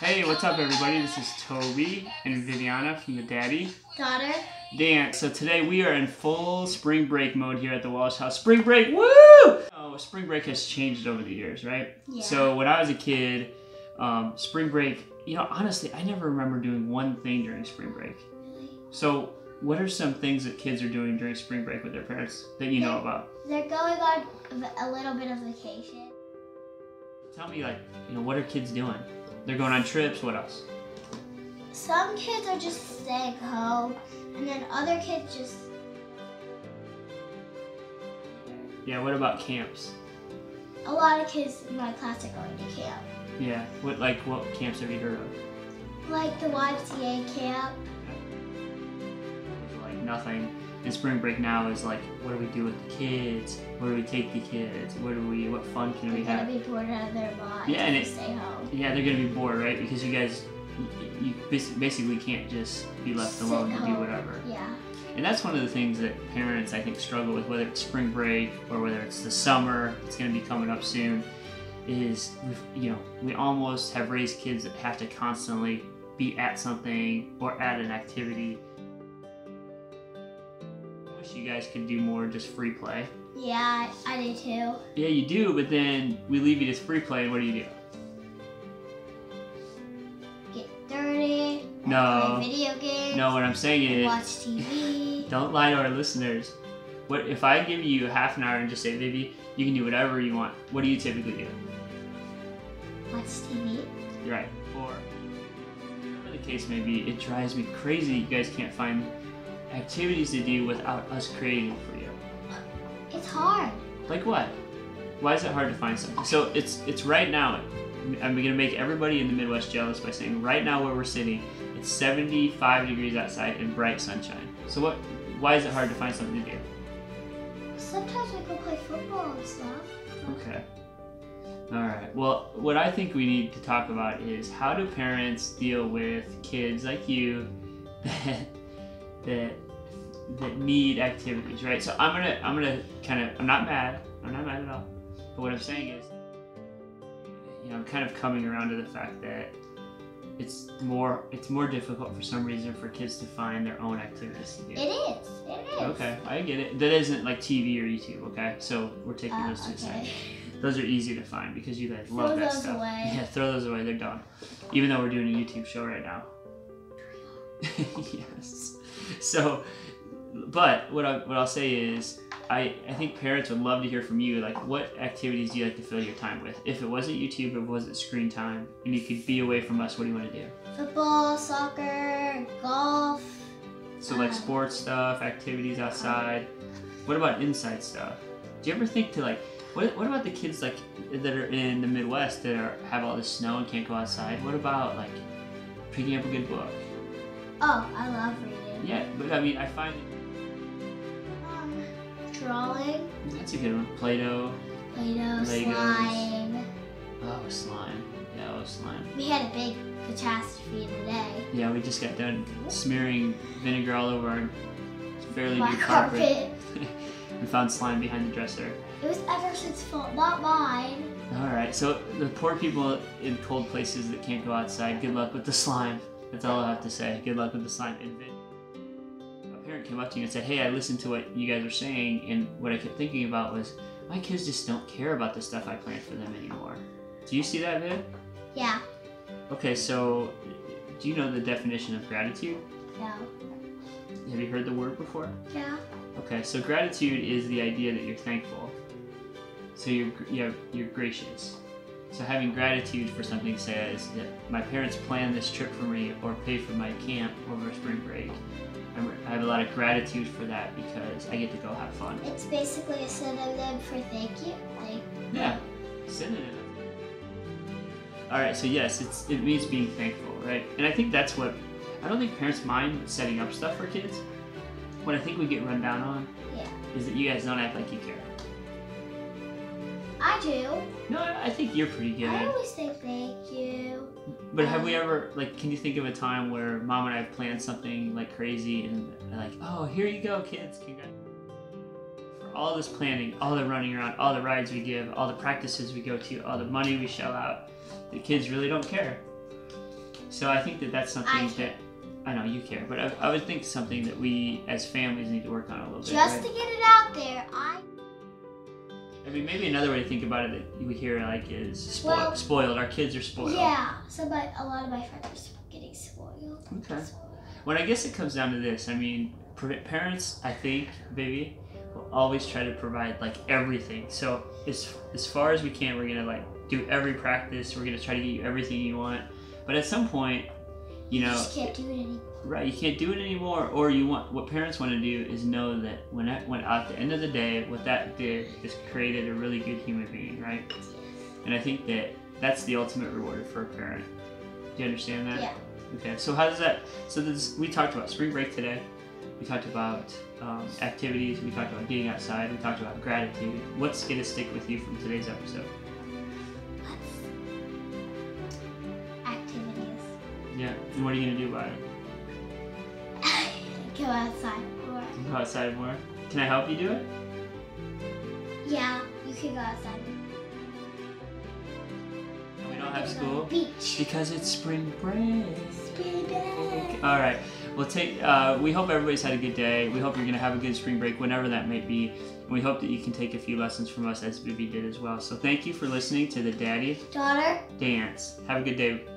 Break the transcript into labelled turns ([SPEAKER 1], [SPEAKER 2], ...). [SPEAKER 1] Hey, what's up, everybody? This is Toby and Viviana from the Daddy
[SPEAKER 2] Daughter.
[SPEAKER 1] Dance. So today we are in full spring break mode here at the Walsh House. Spring break, woo! Oh, spring break has changed over the years, right?
[SPEAKER 2] Yeah.
[SPEAKER 1] So when I was a kid, um, spring break. You know, honestly, I never remember doing one thing during spring break. So, what are some things that kids are doing during spring break with their parents that you know about?
[SPEAKER 2] They're going on v- a little bit of vacation.
[SPEAKER 1] Tell me, like, you know, what are kids doing? They're going on trips. What else?
[SPEAKER 2] Some kids are just staying home, and then other kids just.
[SPEAKER 1] Yeah. What about camps?
[SPEAKER 2] A lot of kids in my class are going to camp.
[SPEAKER 1] Yeah. What like what camps have you heard of?
[SPEAKER 2] Like the YMCA camp.
[SPEAKER 1] like nothing. And spring break now is like, what do we do with the kids? Where do we take the kids? Where do we? What fun can
[SPEAKER 2] They're
[SPEAKER 1] we have?
[SPEAKER 2] going to be bored out of their minds
[SPEAKER 1] Yeah, and
[SPEAKER 2] if
[SPEAKER 1] it-
[SPEAKER 2] they stay home.
[SPEAKER 1] Yeah, they're gonna be bored, right? Because you guys, you bas- basically can't just be left
[SPEAKER 2] Sit
[SPEAKER 1] alone to do
[SPEAKER 2] home.
[SPEAKER 1] whatever.
[SPEAKER 2] Yeah.
[SPEAKER 1] And that's one of the things that parents, I think, struggle with, whether it's spring break or whether it's the summer. It's gonna be coming up soon. Is we've, you know we almost have raised kids that have to constantly be at something or at an activity. I wish you guys could do more just free play.
[SPEAKER 2] Yeah, I, I do too.
[SPEAKER 1] Yeah, you do, but then we leave you just free play, and what do you do?
[SPEAKER 2] Get dirty.
[SPEAKER 1] No.
[SPEAKER 2] Play video games.
[SPEAKER 1] Oh. No, what I'm saying is,
[SPEAKER 2] Watch TV.
[SPEAKER 1] don't lie to our listeners. What if I give you half an hour and just say, Vivi, you can do whatever you want? What do you typically do?
[SPEAKER 2] watch TV.
[SPEAKER 1] You're right. Or whatever the case may be, it drives me crazy. that You guys can't find activities to do without us creating it for you.
[SPEAKER 2] It's hard.
[SPEAKER 1] Like what? Why is it hard to find something? So it's it's right now. I'm gonna make everybody in the Midwest jealous by saying right now where we're sitting, it's 75 degrees outside and bright sunshine. So what? Why is it hard to find something to do?
[SPEAKER 2] Sometimes we go play football and stuff.
[SPEAKER 1] Okay. All right. Well, what I think we need to talk about is how do parents deal with kids like you that that that need activities, right? So I'm gonna I'm gonna kind of I'm not mad I'm not mad at all, but what I'm saying is, you know, I'm kind of coming around to the fact that it's more it's more difficult for some reason for kids to find their own activities to do.
[SPEAKER 2] It is. It is.
[SPEAKER 1] Okay, I get it. That isn't like TV or YouTube, okay? So we're taking
[SPEAKER 2] Uh,
[SPEAKER 1] those two aside.
[SPEAKER 2] okay.
[SPEAKER 1] Those are easy to find because you guys
[SPEAKER 2] Throw
[SPEAKER 1] love that
[SPEAKER 2] those
[SPEAKER 1] stuff.
[SPEAKER 2] away.
[SPEAKER 1] Yeah, throw those away. They're done. Even though we're doing a YouTube show right now. yes. So, but what I what I'll say is, I I think parents would love to hear from you. Like, what activities do you like to fill your time with? If it wasn't YouTube, if it wasn't screen time, and you could be away from us, what do you want to do?
[SPEAKER 2] Football, soccer, golf.
[SPEAKER 1] So like
[SPEAKER 2] Um,
[SPEAKER 1] sports stuff, activities outside. What about inside stuff? Do you ever think to like what, what about the kids like that are in the Midwest that are, have all this snow and can't go outside? What about like picking up a good book?
[SPEAKER 2] Oh, I love reading.
[SPEAKER 1] Yeah, but I mean I find
[SPEAKER 2] Um, drawing,
[SPEAKER 1] that's a good one. Play-doh.
[SPEAKER 2] Play-Doh,
[SPEAKER 1] Legos.
[SPEAKER 2] slime.
[SPEAKER 1] Oh, slime. Yeah, oh slime.
[SPEAKER 2] We had a big catastrophe today.
[SPEAKER 1] Yeah, we just got done smearing vinegar all over our fairly
[SPEAKER 2] My
[SPEAKER 1] new carpet.
[SPEAKER 2] carpet.
[SPEAKER 1] We found slime behind the dresser.
[SPEAKER 2] It was Everson's fault, not mine.
[SPEAKER 1] All right, so the poor people in cold places that can't go outside, good luck with the slime. That's all I have to say. Good luck with the slime. And then a parent came up to you and said, Hey, I listened to what you guys were saying, and what I kept thinking about was, my kids just don't care about the stuff I planned for them anymore. Do you see that, Viv?
[SPEAKER 2] Yeah.
[SPEAKER 1] Okay, so do you know the definition of gratitude?
[SPEAKER 2] No.
[SPEAKER 1] Have you heard the word before?
[SPEAKER 2] Yeah.
[SPEAKER 1] Okay, so gratitude is the idea that you're thankful. So you're gr- you have, you're gracious. So having gratitude for something says that my parents planned this trip for me or paid for my camp over spring break. I'm, I have a lot of gratitude for that because I get to go have fun.
[SPEAKER 2] It's basically a synonym for thank you. Thank
[SPEAKER 1] Yeah, synonym. All right, so yes, it's it means being thankful, right? And I think that's what I don't think parents mind setting up stuff for kids. What I think we get run down on
[SPEAKER 2] Yeah.
[SPEAKER 1] is that you guys don't act like you care.
[SPEAKER 2] I do.
[SPEAKER 1] No, I I think you're pretty good.
[SPEAKER 2] I always say thank you.
[SPEAKER 1] But have we ever like? Can you think of a time where mom and I have planned something like crazy and like, oh, here you go, kids, congrats. For all this planning, all the running around, all the rides we give, all the practices we go to, all the money we shell out, the kids really don't care. So I think that that's something
[SPEAKER 2] I
[SPEAKER 1] that I know you care, but I, I would think something that we as families need to work on a little
[SPEAKER 2] Just
[SPEAKER 1] bit.
[SPEAKER 2] to get it out there, I
[SPEAKER 1] right? I mean, maybe another way to think about it that we hear like is spoiled.
[SPEAKER 2] Well-
[SPEAKER 1] spoiled. Our kids are spoiled.
[SPEAKER 2] yeah. So, but a lot of my friends are sp- getting spoiled.
[SPEAKER 1] Okay. When I guess it comes down to this, I mean, pr- parents, I think, baby, will always try to provide like everything. So as as far as we can, we're gonna like do every practice. We're gonna try to get you everything you want. But at some point, you
[SPEAKER 2] You
[SPEAKER 1] know,
[SPEAKER 2] just can't do it anymore.
[SPEAKER 1] Right, you can't do it anymore. Or you want what parents want to do is know that when that when at the end of the day, what that did is created a really good human being, right? And I think that that's the ultimate reward for a parent. Do you understand that?
[SPEAKER 2] Yeah.
[SPEAKER 1] Okay. So how does that? So this we talked about spring break today. We talked about um, activities. We talked about being outside. We talked about gratitude. What's gonna stick with you from today's episode?
[SPEAKER 2] Let's activities.
[SPEAKER 1] Yeah. And what are you gonna do about it?
[SPEAKER 2] Go outside or
[SPEAKER 1] Go outside more. Can I help you do it?
[SPEAKER 2] yeah, you can go outside.
[SPEAKER 1] And we don't have
[SPEAKER 2] You can
[SPEAKER 1] school
[SPEAKER 2] Go to the beach.
[SPEAKER 1] because it's spring break.
[SPEAKER 2] Spin back.
[SPEAKER 1] All right. Well, take. Uh, we hope everybody's had a good day. We hope you're gonna have a good spring break, whenever that may be. And we hope that you can take a few lessons from us, as Vivi did as well. So thank you for listening to the Daddy
[SPEAKER 2] Daughter.
[SPEAKER 1] Dance. Have a good day.